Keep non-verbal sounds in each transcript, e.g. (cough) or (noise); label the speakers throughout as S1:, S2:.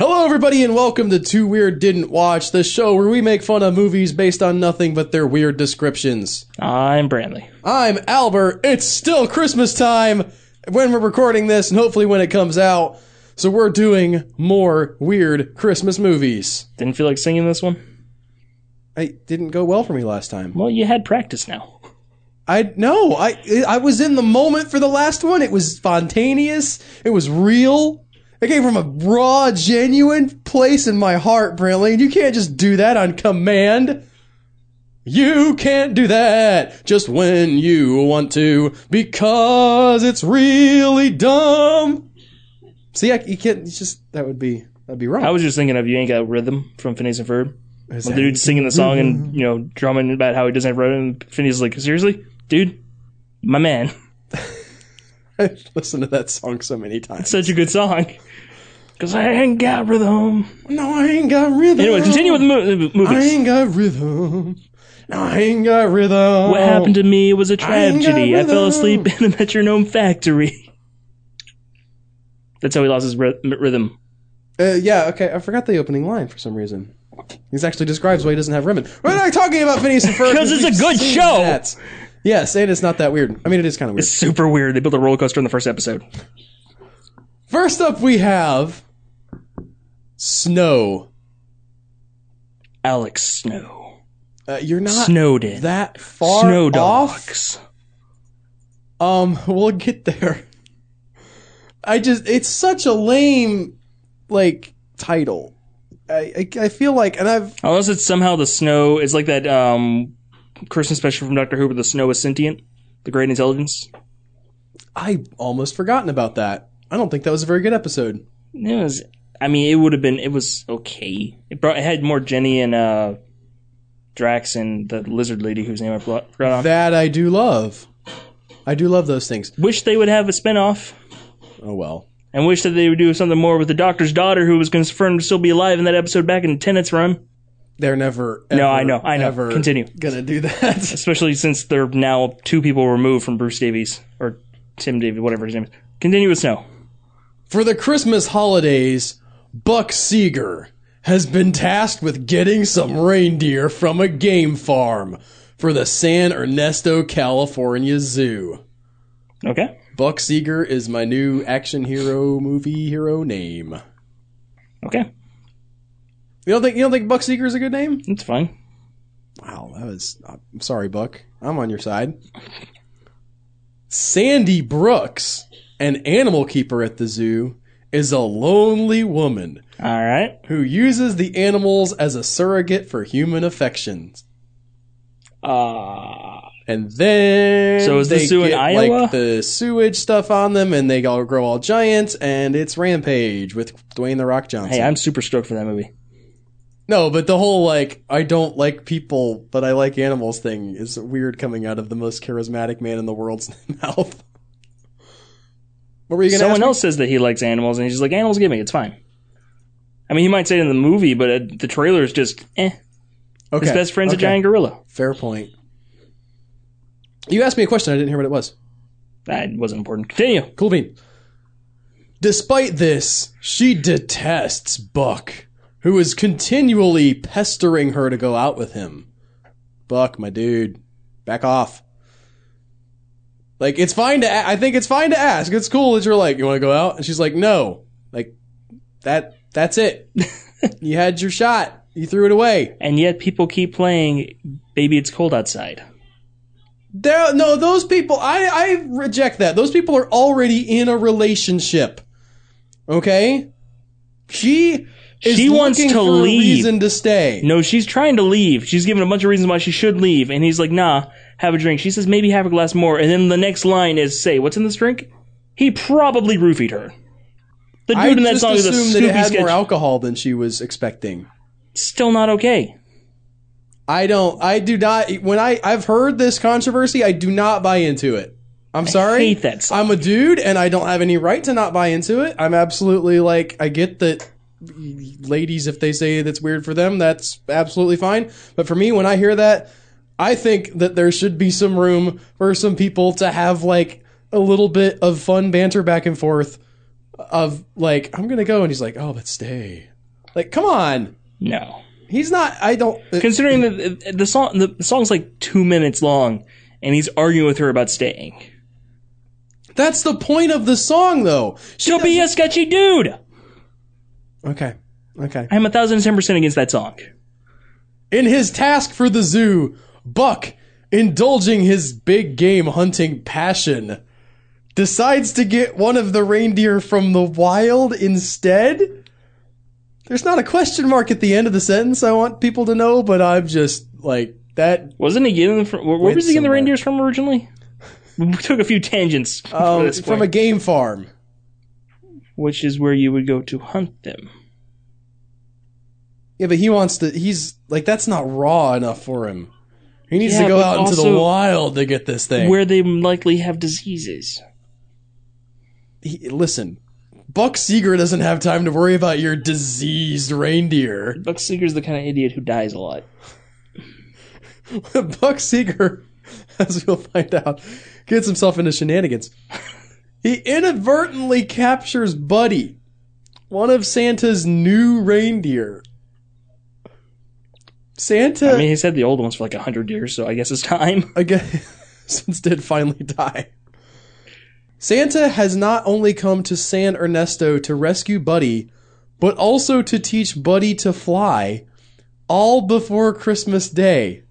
S1: everybody, and welcome to Two Weird Didn't Watch, the show where we make fun of movies based on nothing but their weird descriptions.
S2: I'm Brantley.
S1: I'm Albert. It's still Christmas time when we're recording this, and hopefully when it comes out. So we're doing more weird Christmas movies.
S2: Didn't feel like singing this one.
S1: It didn't go well for me last time.
S2: Well, you had practice now.
S1: I no, I I was in the moment for the last one. It was spontaneous. It was real. It came from a raw, genuine place in my heart, Brantley. You can't just do that on command. You can't do that just when you want to because it's really dumb. See, I, you can't. It's just that would be that'd be wrong.
S2: I was just thinking of you ain't got rhythm from Phineas and Ferb.
S1: Is
S2: The
S1: that-
S2: dude singing the song and
S1: Mm-hmm.
S2: you know drumming about how he doesn't have rhythm. Phineas is like, seriously, dude, my man,
S1: (laughs)
S2: (laughs)
S1: I've listened to that song so many times.
S2: such a good song. Cause I ain't got rhythm.
S1: No, I ain't got rhythm.
S2: Anyway, continue with the mo- the
S1: I
S2: movies.
S1: ain't got rhythm. No, I ain't got rhythm.
S2: What happened to me was a
S1: ain't got
S2: tragedy. I, fell
S1: rhythm.
S2: asleep in a metronome factory. (laughs) That's how he lost his ryth- rhythm.
S1: Uh, yeah, okay. I forgot the opening line for some reason. This actually describes why he doesn't have Remen. We're not talking about Phineas and Ferb
S2: 'Cause it's a
S1: we've
S2: good
S1: seen
S2: show.
S1: that. Yes, and it's not that weird. I mean, it is kind of weird.
S2: Super weird. They built a roller coaster in the first episode.
S1: First up, we have Snow.
S2: Alex Snow.
S1: Uh, you're not
S2: Snowden.
S1: that far
S2: Snow
S1: off.
S2: dogs.
S1: Um, we'll get there. I just, it's such a lame, like, title. I, I, I feel like, and I've
S2: Unless it's somehow the snow. It's like that um, Christmas special from Doctor Who, where the snow is sentient, the great intelligence.
S1: I almost forgotten about that. I don't think that was a very good episode.
S2: It was. I mean, it would have been. It was okay. It brought. It had more Jenny and uh, Drax and the lizard lady whose name I forgot. forgot on.
S1: That I do love. I do love those things.
S2: wish they would have a spinoff,
S1: Oh well.
S2: and wish that they would do something more with the Doctor's daughter, who was confirmed to still be alive in that episode back in Tennant's run.
S1: They're never ever,
S2: No, I know, I know.
S1: ever
S2: Continue.
S1: gonna do that. (laughs)
S2: Especially since they're now two people removed from Bruce Davies or Tim Davies, whatever his name is. Continue with snow.
S1: For the Christmas holidays, Buck Seeger has been tasked with getting some reindeer from a game farm for the San Ernesto, California Zoo.
S2: Okay.
S1: Buck Seeger is my new action hero movie hero name.
S2: Okay.
S1: You don't think you don't think Buck Seeger is a good name?
S2: That's fine.
S1: Wow, that was. I'm sorry, Buck. I'm on your side. Sandy Brooks, an animal keeper at the zoo, is a lonely woman
S2: All right.
S1: who uses the animals as a surrogate for human affections.
S2: Uh,
S1: And then
S2: So is the
S1: they
S2: zoo in
S1: get,
S2: Iowa?
S1: like the sewage stuff on them, and they all grow all giant, and it's Rampage with Dwayne the Rock Johnson.
S2: hey, I'm super stoked for that movie.
S1: No, but the whole like I don't like people, but I like animals thing is weird coming out of the most charismatic man in the world's (laughs) mouth. What were you gonna
S2: Someone
S1: ask me?
S2: else says that he likes animals, and he's just like, animals get me. It's fine. I mean, he might say it in the movie, but uh, the trailer is just, eh.
S1: Okay.
S2: His best friend's
S1: okay.
S2: a giant gorilla.
S1: Fair point. You asked me a question. I didn't hear what it was.
S2: That wasn't important. Continue.
S1: Cool bean. Despite this, she detests Buck, who is continually pestering her to go out with him. Buck, my dude, back off. Like it's fine to. A- I think it's fine to ask. It's cool that you're like, you want to go out, and she's like, no. Like that. That's it. (laughs) you had your shot. You threw it away.
S2: And yet people keep playing Baby It's Cold Outside.
S1: There, no, those people. I I reject that. Those people are already in a relationship. Okay. She is
S2: She wants
S1: looking
S2: to
S1: for
S2: leave.
S1: a reason to stay.
S2: No, she's trying to leave. She's given a bunch of reasons why she should leave. And he's like, nah, have a drink. She says, maybe have a glass more. And then the next line is, say, what's in this drink? He probably roofied her. The dude
S1: I
S2: in that
S1: just
S2: song is a
S1: assumed that
S2: Snoopy
S1: it had
S2: sketch.
S1: more alcohol than she was expecting.
S2: Still not okay.
S1: I don't. I do not. When I I've heard this controversy, I do not buy into it. I'm sorry.
S2: hate that song.
S1: I'm a dude, and I don't have any right to not buy into it. I'm absolutely like I get that. Ladies, if they say that's weird for them, that's absolutely fine. But for me, when I hear that, I think that there should be some room for some people to have like a little bit of fun banter back and forth. Of like, I'm gonna go, and he's like, oh, but stay. Like, come on.
S2: No.
S1: He's not. I don't.
S2: Considering that uh, the song the song's like two minutes long, and he's arguing with her about staying.
S1: That's the point of the song, though. She
S2: Don't be a sketchy dude.
S1: Okay. Okay.
S2: I'm a thousand and ten percent against that song.
S1: In his task for the zoo, Buck, indulging his big game hunting passion, decides to get one of the reindeer from the wild instead. There's not a question mark at the end of the sentence, I want people to know, but I'm just like,
S2: (laughs)
S1: that.
S2: Wasn't he getting them from, where, where
S1: Went
S2: was he getting the
S1: somewhere.
S2: reindeers from originally? (laughs) we took a few tangents for
S1: Um,
S2: this
S1: from a
S2: point,
S1: game farm.
S2: which is where you would go to hunt them.
S1: Yeah, but he wants to. He's like, that's not raw enough for him. He needs
S2: Yeah,
S1: to go
S2: but
S1: out into the
S2: also-
S1: wild to get this thing.
S2: Where they likely have diseases.
S1: he, listen, Buck Seeger doesn't have time to worry about your diseased reindeer. (laughs)
S2: Buck Seeger's the kind of idiot who dies a lot.
S1: Buck Seeger, as we'll find out, gets himself into shenanigans. He inadvertently captures Buddy, one of Santa's new reindeer. Santa,
S2: I mean, he's had the old ones for like a hundred years, so I guess it's (laughs) time.
S1: again, (laughs) since did finally die. Santa has not only come to San Ernesto to rescue Buddy, but also to teach Buddy to fly, all before Christmas Day.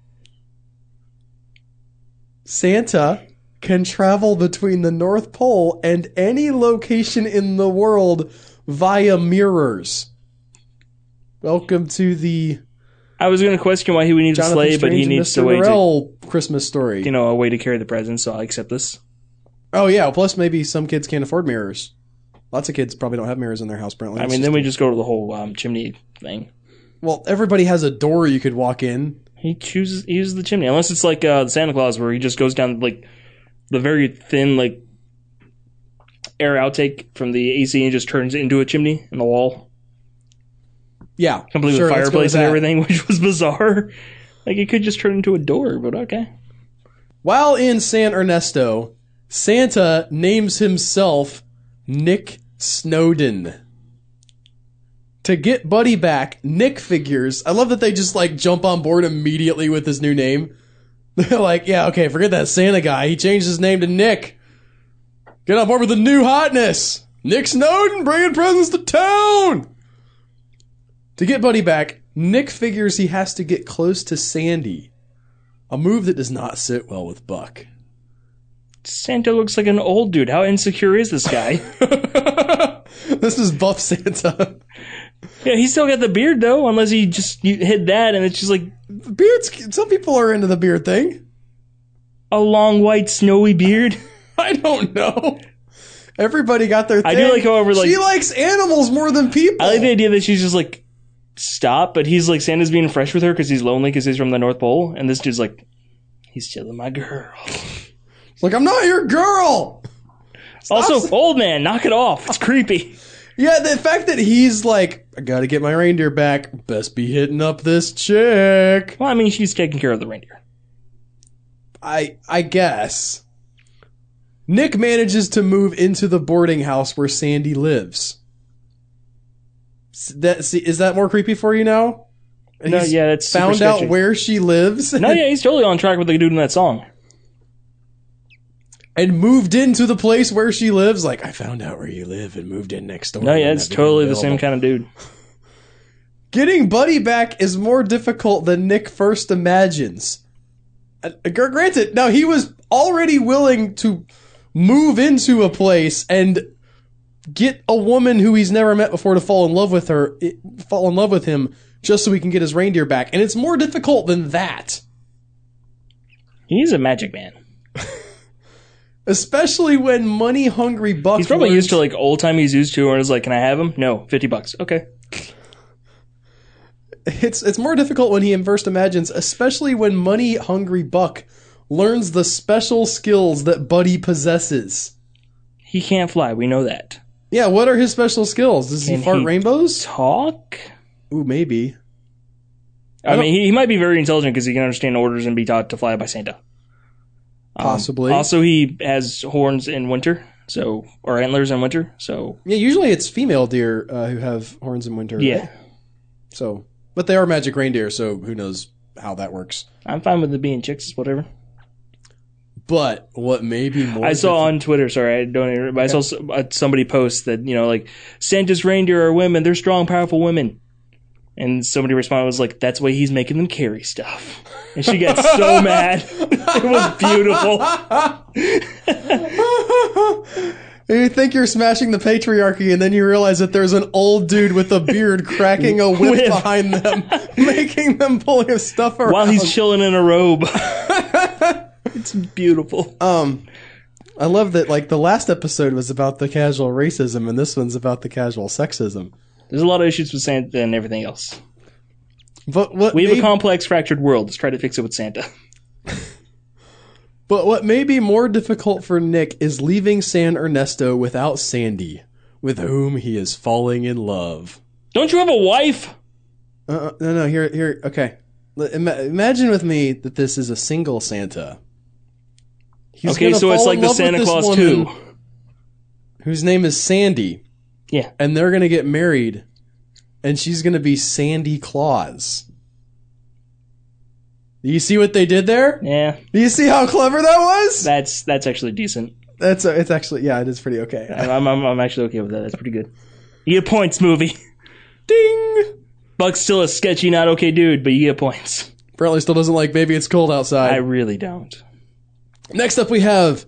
S1: Santa can travel between the North Pole and any location in the world via mirrors. Welcome to the
S2: I was going to question why he would need
S1: Jonathan
S2: a sleigh,
S1: Strange
S2: but he
S1: and
S2: needs
S1: Mr.
S2: to wait to,
S1: Morell Christmas story.
S2: you know, a way to carry the presents. So I accept this.
S1: Oh yeah. Plus, maybe some kids can't afford mirrors. Lots of kids probably don't have mirrors in their house. Apparently,
S2: I
S1: It's
S2: mean,
S1: just-
S2: then we just go to the whole um, chimney thing.
S1: well, everybody has a door you could walk in.
S2: He chooses he uses the chimney, unless it's like uh, Santa Claus, where he just goes down like the very thin like air outtake from the AC and just turns it into a chimney in the wall,
S1: Yeah,
S2: complete
S1: sure,
S2: with
S1: let's go
S2: fireplace and
S1: that.
S2: everything, (laughs) which was bizarre. Like it could just turn into a door, but okay.
S1: While in San Ernesto, Santa names himself Nick Snowden. To get Buddy back, Nick figures. I love that they just like jump on board immediately with his new name. (laughs) They're like, yeah, okay, forget that Santa guy. He changed his name to Nick. Get on board with the new hotness. Nick Snowden bringing presents to town. To get Buddy back, Nick figures he has to get close to Sandy a move that does not sit well with Buck.
S2: Santa looks like an old dude. How insecure is
S1: (laughs)
S2: this guy?
S1: this is buff Santa.
S2: yeah, he's still got the beard though, unless he just you hid that and it's just like
S1: Beards. Some people are into the beard thing.
S2: a long white snowy beard. (laughs)
S1: I don't know. Everybody got their. Thing.
S2: I do like, however, like-
S1: she likes animals more than people.
S2: I like the idea that she's just like stop, but he's like Santa's being fresh with her because he's lonely because he's from the North Pole, and this dude's like he's stealing my girl.
S1: like I'm not your girl.
S2: Also, old man, knock it off. It's creepy.
S1: Yeah, the fact that he's like, I gotta get my reindeer back. Best be hitting up this chick.
S2: Well, I mean, she's taking care of the reindeer.
S1: I I guess. Nick manages to move into the boarding house where Sandy lives. S- That see, is that more creepy for you now? And
S2: No,
S1: he's
S2: yeah, that's super
S1: found out
S2: sketchy.
S1: where she lives
S2: No, yeah, he's totally on track with the dude in that song.
S1: and moved into the place where she lives. Like I found out where you live and moved in next door.
S2: No, yeah,
S1: when
S2: it's
S1: that became
S2: totally the same
S1: available.
S2: kind of dude.
S1: Getting Buddy back is more difficult than Nick first imagines. Uh, gr- Granted, now he was already willing to move into a place and get a woman who he's never met before to fall in love with her, it- fall in love with him, just so he can get his reindeer back. And it's more difficult than that,
S2: He's a magic man.
S1: especially when money-hungry Buck.
S2: He's probably
S1: learns-
S2: used to like old time he's used to, and it's like, can I have him? No, fifty bucks. Okay.
S1: It's it's more difficult when he first imagines, especially when money hungry Buck learns the special skills that Buddy possesses.
S2: He can't fly. We know that.
S1: Yeah, what are his special skills? Does he
S2: Can
S1: fart
S2: he-
S1: rainbows?
S2: Talk.
S1: Ooh, maybe.
S2: I,
S1: don't-
S2: mean, he, he might be very intelligent because he can understand orders and be taught to fly by Santa. Um,
S1: Possibly.
S2: also, he has horns in winter, so or antlers in winter. So
S1: Yeah, usually it's female deer uh, who have horns in winter. right?
S2: yeah,
S1: So, but they are magic reindeer, so who knows how that works.
S2: I'm fine with it being chicks, it's whatever.
S1: But what may be more
S2: I saw on Twitter, sorry, I don't even, but I saw s- uh, somebody post that, you know, like, Santa's reindeer are women, they're strong, powerful women. And somebody responded was like, that's why he's making them carry stuff. And she got
S1: (laughs)
S2: so mad. It was beautiful.
S1: And you think you're smashing the patriarchy, and then you realize that there's an old dude with a beard cracking a
S2: (laughs)
S1: whip
S2: Whip.
S1: behind them, (laughs) making them pull his stuff around.
S2: While he's chilling in a robe. (laughs) it's beautiful.
S1: um, I love that. Like the last episode was about the casual racism, and this one's about the casual sexism.
S2: There's a lot of issues with Santa and everything else.
S1: But what
S2: We have
S1: may-
S2: a complex, fractured world. Let's try to fix it with Santa.
S1: But what may be more difficult for Nick is leaving San Ernesto without Sandy, with whom he is falling in love.
S2: Don't you have a wife?
S1: Uh, no, no, here, here, okay. L- ima- imagine with me that this is a single Santa. He's
S2: okay,
S1: gonna
S2: so it's
S1: fall
S2: like
S1: in
S2: the
S1: love with
S2: Santa
S1: this
S2: Claus
S1: woman
S2: 2.
S1: Whose name is Sandy.
S2: Yeah.
S1: And they're going to get married, and she's going to be Sandy Claus. Do you see what they did there?
S2: Yeah,
S1: Do you see how clever that was?
S2: that's that's actually decent.
S1: That's a, it's actually yeah, it is pretty okay. (laughs)
S2: I'm, I'm, I'm, I'm actually okay with that. That's pretty good. You get points, movie.
S1: Ding.
S2: Buck's still a sketchy, not okay dude, but you get points.
S1: Brentley still doesn't like Baby It's Cold
S2: I
S1: Outside.
S2: really don't.
S1: Next up we have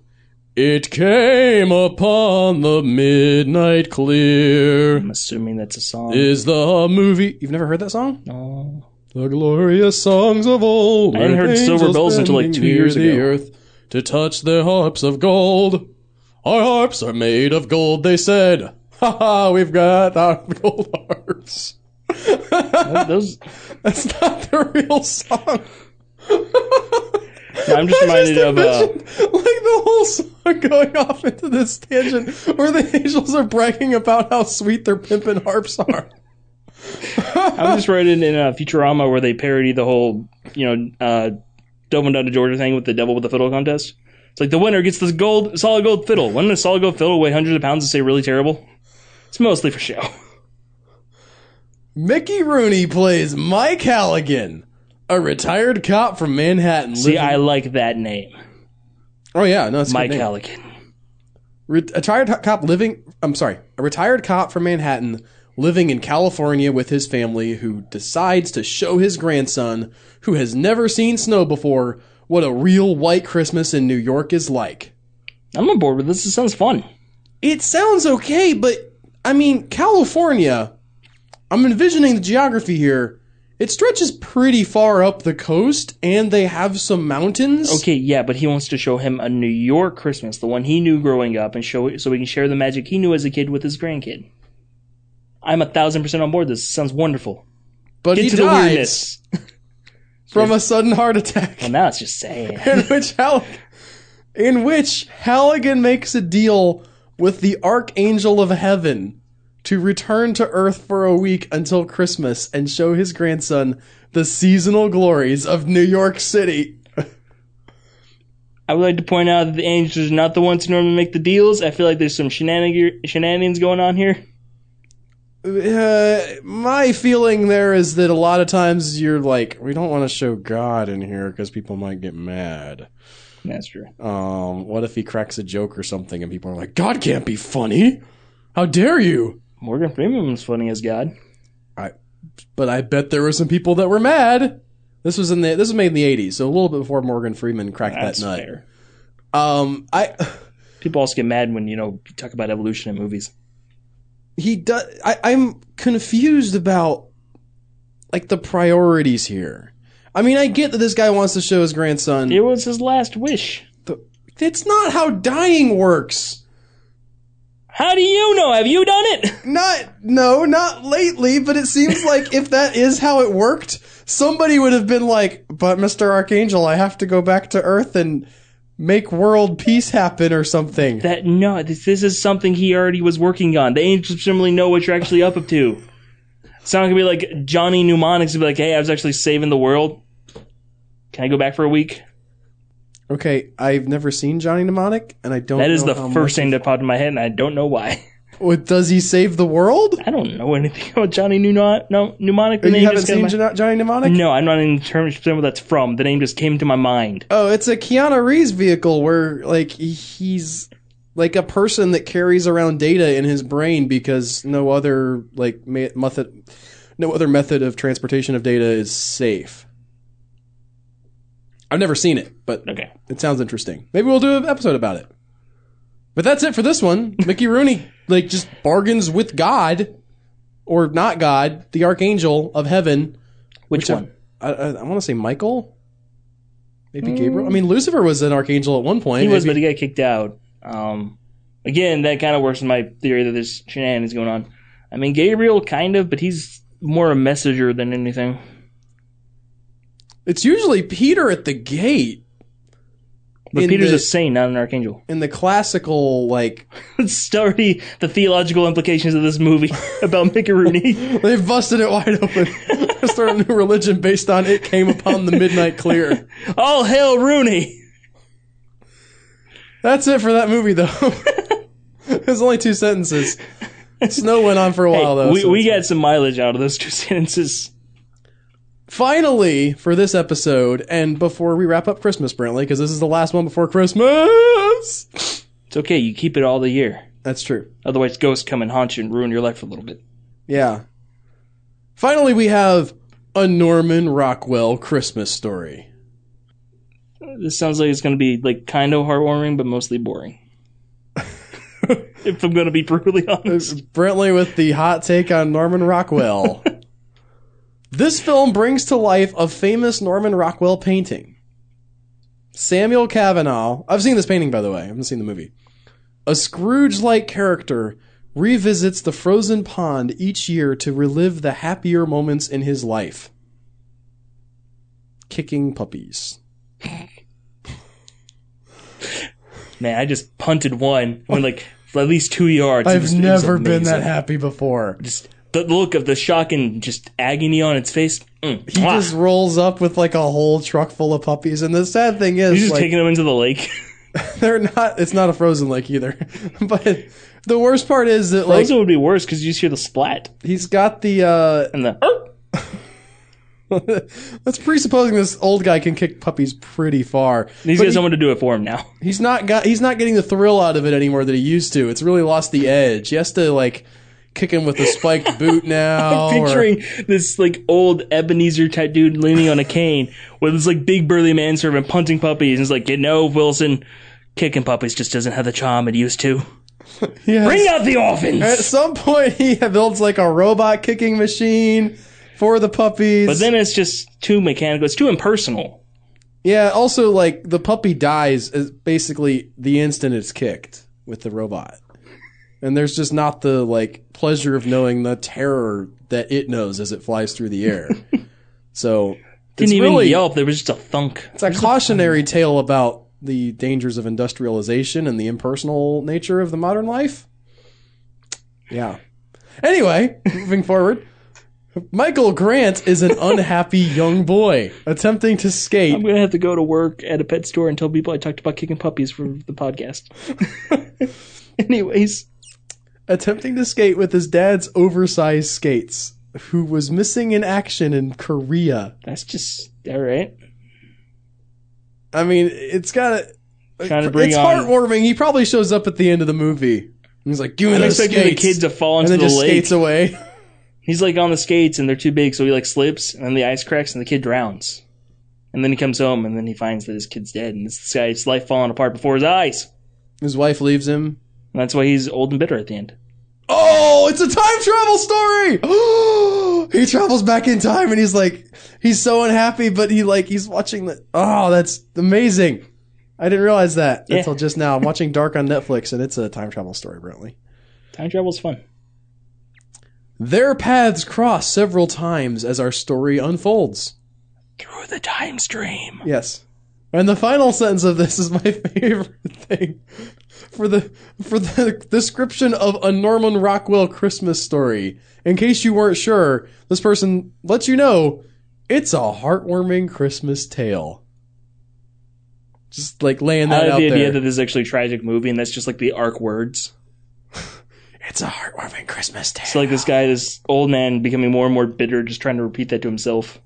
S1: It Came Upon the Midnight Clear
S2: I'm assuming that's a song.
S1: is the movie. You've never heard that song?
S2: No.
S1: The glorious songs of old.
S2: I hadn't
S1: with
S2: heard Silver
S1: angels
S2: Bells until, like,
S1: bending
S2: two years
S1: near the
S2: ago.
S1: earth to touch their harps of gold. Our harps are made of gold, they said. (laughs) Ha ha, we've got our (laughs) gold harps. (laughs)
S2: Those,
S1: That's not the real
S2: (laughs)
S1: song.
S2: I'm
S1: (laughs)
S2: just
S1: I
S2: reminded
S1: just
S2: of. Uh,
S1: envisioned, like the whole song going off into this tangent where the (laughs) angels are bragging about how sweet their pimpin' harps are.
S2: I'm just writing in uh, Futurama where they parody the whole, you know, uh, Dublin down to Georgia thing with the devil with the fiddle contest. It's like the winner gets this gold, solid gold fiddle. Wouldn't a solid gold fiddle weigh hundreds of pounds and say really terrible? It's mostly for show.
S1: Mickey Rooney plays Mike Halligan, a retired cop from Manhattan.
S2: See,
S1: living-
S2: I like that name,
S1: oh yeah, no, it's
S2: Mike
S1: Halligan.
S2: Halligan.
S1: Re- a retired cop living. I'm sorry, a retired cop from Manhattan living in California with his family, who decides to show his grandson, who has never seen snow before, what a real white Christmas in New York is like.
S2: I'm on board with this. This sounds fun.
S1: It sounds okay, but I mean, California, I'm envisioning the geography here. It stretches pretty far up the coast, and they have some mountains.
S2: Okay, yeah, but he wants to show him a New York Christmas, the one he knew growing up, and show it so he can share the magic he knew as a kid with his grandkid. I'm a thousand percent on board. This This sounds wonderful.
S1: but
S2: Get
S1: he
S2: to the
S1: dies
S2: weirdness. Um,
S1: from a sudden heart attack.
S2: Well, now it's just sad.
S1: (laughs) in which Hall- in which Halligan makes a deal with the Archangel of Heaven to return to Earth for a week until Christmas and show his grandson the seasonal glories of New York City.
S2: (laughs) I would like to point out that the Angels are not the ones who normally make the deals. I feel like there's some shenanig- shenanigans going on here.
S1: Uh, my feeling there is that a lot of times you're like, we don't want to show God in here because people might get mad.
S2: That's true.
S1: Um, what if he cracks a joke or something and people are like, God can't be funny? How dare you?
S2: Morgan Freeman's funny as God.
S1: but I bet there were some people that were mad. This was in the this was made in the eighties, so a little bit before Morgan Freeman cracked
S2: That's
S1: that nut.
S2: fair.
S1: Um, I
S2: People also get mad when you know you talk about evolution in movies.
S1: he does. I, I'm confused about like the priorities here. I mean, I get that this guy wants to show his grandson.
S2: It was his last wish.
S1: It's not how dying works.
S2: How do you know? Have you done it? (laughs)
S1: Not no, not lately. But it (laughs) seems like if that is how it worked, somebody would have been like, "But Mister Archangel, I have to go back to Earth and." Make world peace happen or something.
S2: That no, this, this is something he already was working on. The angels generally know what you're actually up to. It's not gonna be like Johnny Mnemonics and be like, "Hey, I was actually saving the world. Can I go back for a week?"
S1: Okay, I've never seen Johnny Mnemonic, and I don't.
S2: That is
S1: know
S2: the
S1: how
S2: first
S1: much-
S2: thing that popped in my head, and I don't know why. (laughs)
S1: What, does he save the world?
S2: I don't know anything (laughs) about Johnny Mnemonic. No, mnemonic. The
S1: You
S2: name
S1: haven't
S2: just came
S1: seen
S2: to
S1: Jo- Johnny Mnemonic?
S2: my- no, I'm not in terms of what that's from. The name just came to my mind.
S1: Oh, it's a Keanu Reeves vehicle where like he's like a person that carries around data in his brain because no other like ma- method no other method of transportation of data is safe. I've never seen it, but
S2: Okay.
S1: it sounds interesting. Maybe we'll do an episode about it. But that's it for this one. (laughs) Mickey Rooney like just bargains with God or not God, the archangel of heaven which
S2: Which, one?
S1: I, I, I want to say Michael, maybe Gabriel. I mean, Lucifer was an archangel at one point.
S2: He was, but
S1: Maybe-
S2: he got kicked out. Um, again, that kind of works in my theory that there's shenanigans going on. I mean, Gabriel kind of, but he's more a messenger than anything.
S1: it's usually Peter at the gate
S2: But
S1: In
S2: Peter's
S1: the-
S2: a saint, not an archangel. (laughs)
S1: in the classical like (laughs)
S2: It's already the theological implications of this movie (laughs) about
S1: (laughs)
S2: Mickey Rooney.
S1: they busted it wide open. (laughs) Start a new religion based on it came upon the midnight clear.
S2: All hail Rooney!
S1: That's it for that movie though. (laughs) it was only two sentences. Snow went on for a while though.
S2: we
S1: so
S2: we
S1: it's-
S2: got some mileage out of those two (laughs) sentences.
S1: finally for this episode and before we wrap up Christmas, Brantley, because this is the last one before Christmas.
S2: It's okay, you keep it all the year.
S1: That's true.
S2: Otherwise, ghosts come and haunt you and ruin your life for a little bit.
S1: Yeah. Finally, we have a Norman Rockwell Christmas story.
S2: This sounds like it's going to be like kind of heartwarming, but mostly (laughs) boring. if I'm going to be brutally honest,
S1: Brentley with the hot take on Norman Rockwell. this film brings to life a famous Norman Rockwell painting. Samuel Cavanaugh, I've seen this painting by the way, I haven't seen the movie. A Scrooge like character revisits the frozen pond each year to relive the happier moments in his life. Kicking puppies.
S2: (laughs) man, I just punted one went like at least two yards. It
S1: I've
S2: was- it was
S1: never been that
S2: amazing.
S1: happy before.
S2: Just the look of the shock and just agony on its face. Mm.
S1: He just rolls up with like a whole truck full of puppies, and the sad thing
S2: He's
S1: is,
S2: just
S1: like,
S2: taking them into the lake.
S1: (laughs)
S2: (laughs)
S1: they're not. It's not a frozen lake either. (laughs) but the worst part is that
S2: Those
S1: like
S2: would be worse because you just hear the splat
S1: he's got the. uh
S2: and the. "Erp."
S1: That's presupposing this old guy can kick puppies pretty far.
S2: He's
S1: But
S2: got
S1: he-
S2: someone to do it for him now.
S1: he's not got. He's not getting the thrill out of it anymore that he used to. It's really lost the edge. He has to like kick him with a
S2: (laughs)
S1: spiked boot now. or-
S2: picturing this like old Ebenezer type dude leaning on a cane with this like big burly manservant punting puppies and it's like, you know, Wilson, kicking puppies just doesn't have the charm it used to.
S1: Yes.
S2: Bring out the orphans.
S1: At some point, he builds like a robot kicking machine for the puppies.
S2: but then it's just too mechanical. It's too impersonal.
S1: Yeah, also like the puppy dies is basically the instant it's kicked with the robot. And there's just not the like pleasure of knowing the terror that it knows as it flies through the air. so
S2: Didn't
S1: it's
S2: even
S1: really
S2: yelp. There was just a thunk.
S1: it's a cautionary tale about the dangers of industrialization and the impersonal nature of the modern life. Yeah. Anyway, moving forward, Michael Grant is an unhappy young boy attempting to skate
S2: I'm gonna have to go to work at a pet store and tell people I talked about kicking puppies for the podcast. (laughs) Anyways,
S1: attempting to skate with his dad's oversized skates, who was missing in action in Korea.
S2: that's just all right.
S1: I mean, it's got
S2: Trying to bring
S1: it's
S2: on.
S1: heartwarming. He probably shows up at the end of the movie. And He's like, "Give me
S2: I'm
S1: those
S2: expecting the
S1: skates,"
S2: kid to fall
S1: and
S2: into
S1: then
S2: the
S1: just
S2: lake.
S1: skates away. (laughs)
S2: He's like on the skates and they're too big, so he like slips and then the ice cracks and the kid drowns. And then he comes home and then he finds that his kid's dead and this guy's life falling apart before his eyes.
S1: His wife leaves him.
S2: And that's why he's old and bitter at the end.
S1: Oh, it's a time travel story. (gasps) he travels back in time, and he's like, he's so unhappy, but he like he's watching the. Oh, that's amazing. I didn't realize that
S2: Yeah.
S1: until just now. I'm watching Dark on Netflix, and it's a time travel story, apparently.
S2: Time travel's fun.
S1: Their paths cross several times as our story unfolds.
S2: Through the time stream.
S1: Yes. And the final sentence of this is my (laughs) favorite thing. For the for the description of a Norman Rockwell Christmas story. In case you weren't sure, this person lets you know it's a heartwarming Christmas tale. Just like laying
S2: I
S1: that
S2: like
S1: out
S2: the idea
S1: there.
S2: that this is actually a tragic movie and that's just like the arc words.
S1: It's a heartwarming Christmas tale.
S2: It's like this guy, this old man, becoming more and more bitter, just trying to repeat that to himself.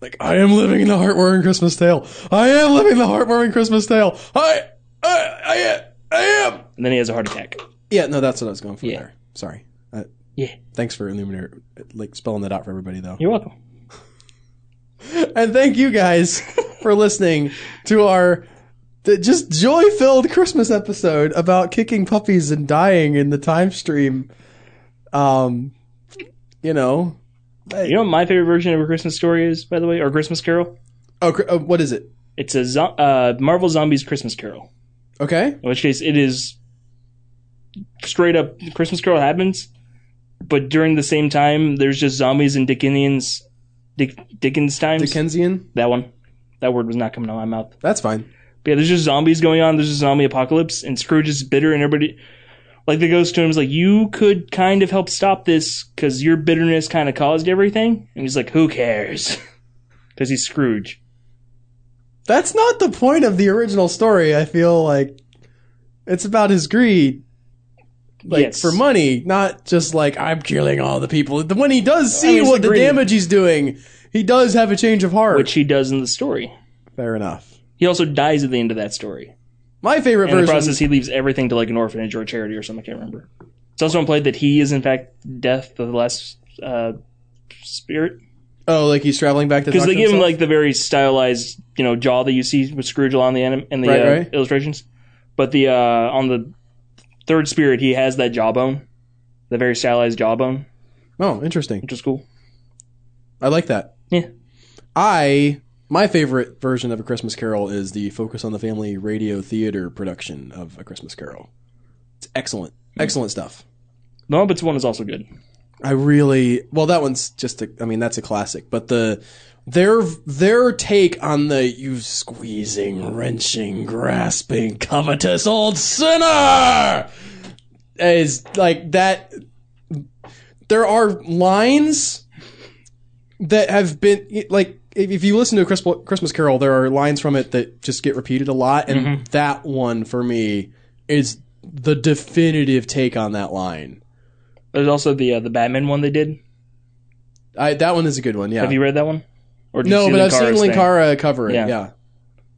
S1: Like, I am living the heartwarming Christmas tale. I am living the heartwarming Christmas tale. I, I, I am. I am.
S2: And then he has a heart attack.
S1: Yeah, no, that's what I was going for
S2: Yeah.
S1: there. Sorry. Uh,
S2: Yeah.
S1: Thanks for illuminating, like spelling that out for everybody, though.
S2: You're welcome.
S1: And thank you guys
S2: (laughs)
S1: for listening to our th- just joy-filled Christmas episode about kicking puppies and dying in the time stream. Um, you know,
S2: You know what my favorite version of a Christmas story is, by the way, or Christmas Carol?
S1: oh, cr- uh, what is it?
S2: It's a zo- uh, Marvel Zombies Christmas Carol.
S1: Okay,
S2: In which case, it is straight up Christmas Carol happens, but during the same time, there's just zombies and Dickenians, Dick, Dickens times.
S1: Dickensian.
S2: That one, that word was not coming out of my mouth.
S1: That's fine.
S2: But yeah, there's just zombies going on. There's a zombie apocalypse, and Scrooge is bitter, and everybody, like the ghost to him is like, "You could kind of help stop this because your bitterness kind of caused everything." And he's like, "Who cares?" (laughs) Because he's Scrooge.
S1: That's not the point of the original story. I feel like it's about his greed. Like
S2: Yes.
S1: for money, not just like I'm killing all the people. The- When he does see
S2: mean, it's
S1: what the
S2: the greed.
S1: damage he's doing, he does have a change of heart.
S2: which he does in the story.
S1: Fair enough.
S2: He also dies at the end of that story.
S1: My favorite
S2: in the
S1: version.
S2: process, he leaves everything to like an orphanage or a charity or something. I can't remember. It's also implied that he is in fact death, the last uh, spirit,
S1: oh, like he's traveling back to
S2: because
S1: talk
S2: they
S1: to
S2: give him
S1: himself?
S2: like the very stylized, you know, jaw that you see with Scrooge on the anim- in the
S1: Right,
S2: uh,
S1: right.
S2: illustrations. But the uh, on the third spirit, he has that jawbone, the very stylized jawbone,
S1: Oh, interesting.
S2: which is cool.
S1: I like that.
S2: Yeah.
S1: I my favorite version of a Christmas Carol is the Focus on the Family radio theater production of a Christmas Carol. It's excellent,
S2: Mm-hmm.
S1: excellent stuff.
S2: The Muppets one is also good.
S1: I really well that one's just a I mean that's a classic, but the their their take on the you squeezing, wrenching, grasping, covetous old sinner is like that there are lines that have been like if if you listen to a Christmas Christmas Carol, there are lines from it that just get repeated a lot, and
S2: Mm-hmm.
S1: that one for me is the definitive take on that line.
S2: There's also the uh, the Batman one they did.
S1: I, that one is a good one. Yeah.
S2: Have you read that one? Or did you
S1: No,
S2: see
S1: but I've
S2: Linkara's
S1: seen
S2: thing?
S1: Linkara cover it. Yeah.
S2: Yeah.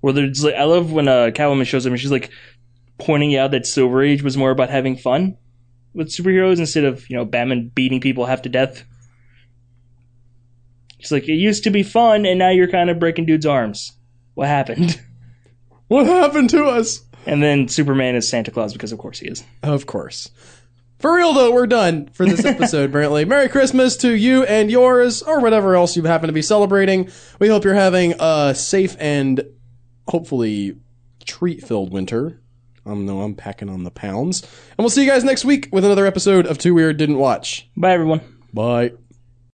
S2: Where there's like, I love when uh, Catwoman shows up and she's like pointing out that Silver Age was more about having fun with superheroes instead of you know Batman beating people half to death. She's like, it used to be fun, and now you're kind of breaking dudes' arms. What happened? (laughs)
S1: What happened to us?
S2: And then Superman is Santa Claus because of course he is.
S1: Of course. For real though, we're done for
S2: (laughs)
S1: this episode, Brantley. Merry Christmas to you and yours, or whatever else you happen to be celebrating. We hope you're having a safe and hopefully treat-filled winter. I um, know I'm packing on the pounds, and we'll see you guys next week with another episode of Too Weird Didn't Watch.
S2: Bye everyone.
S1: Bye.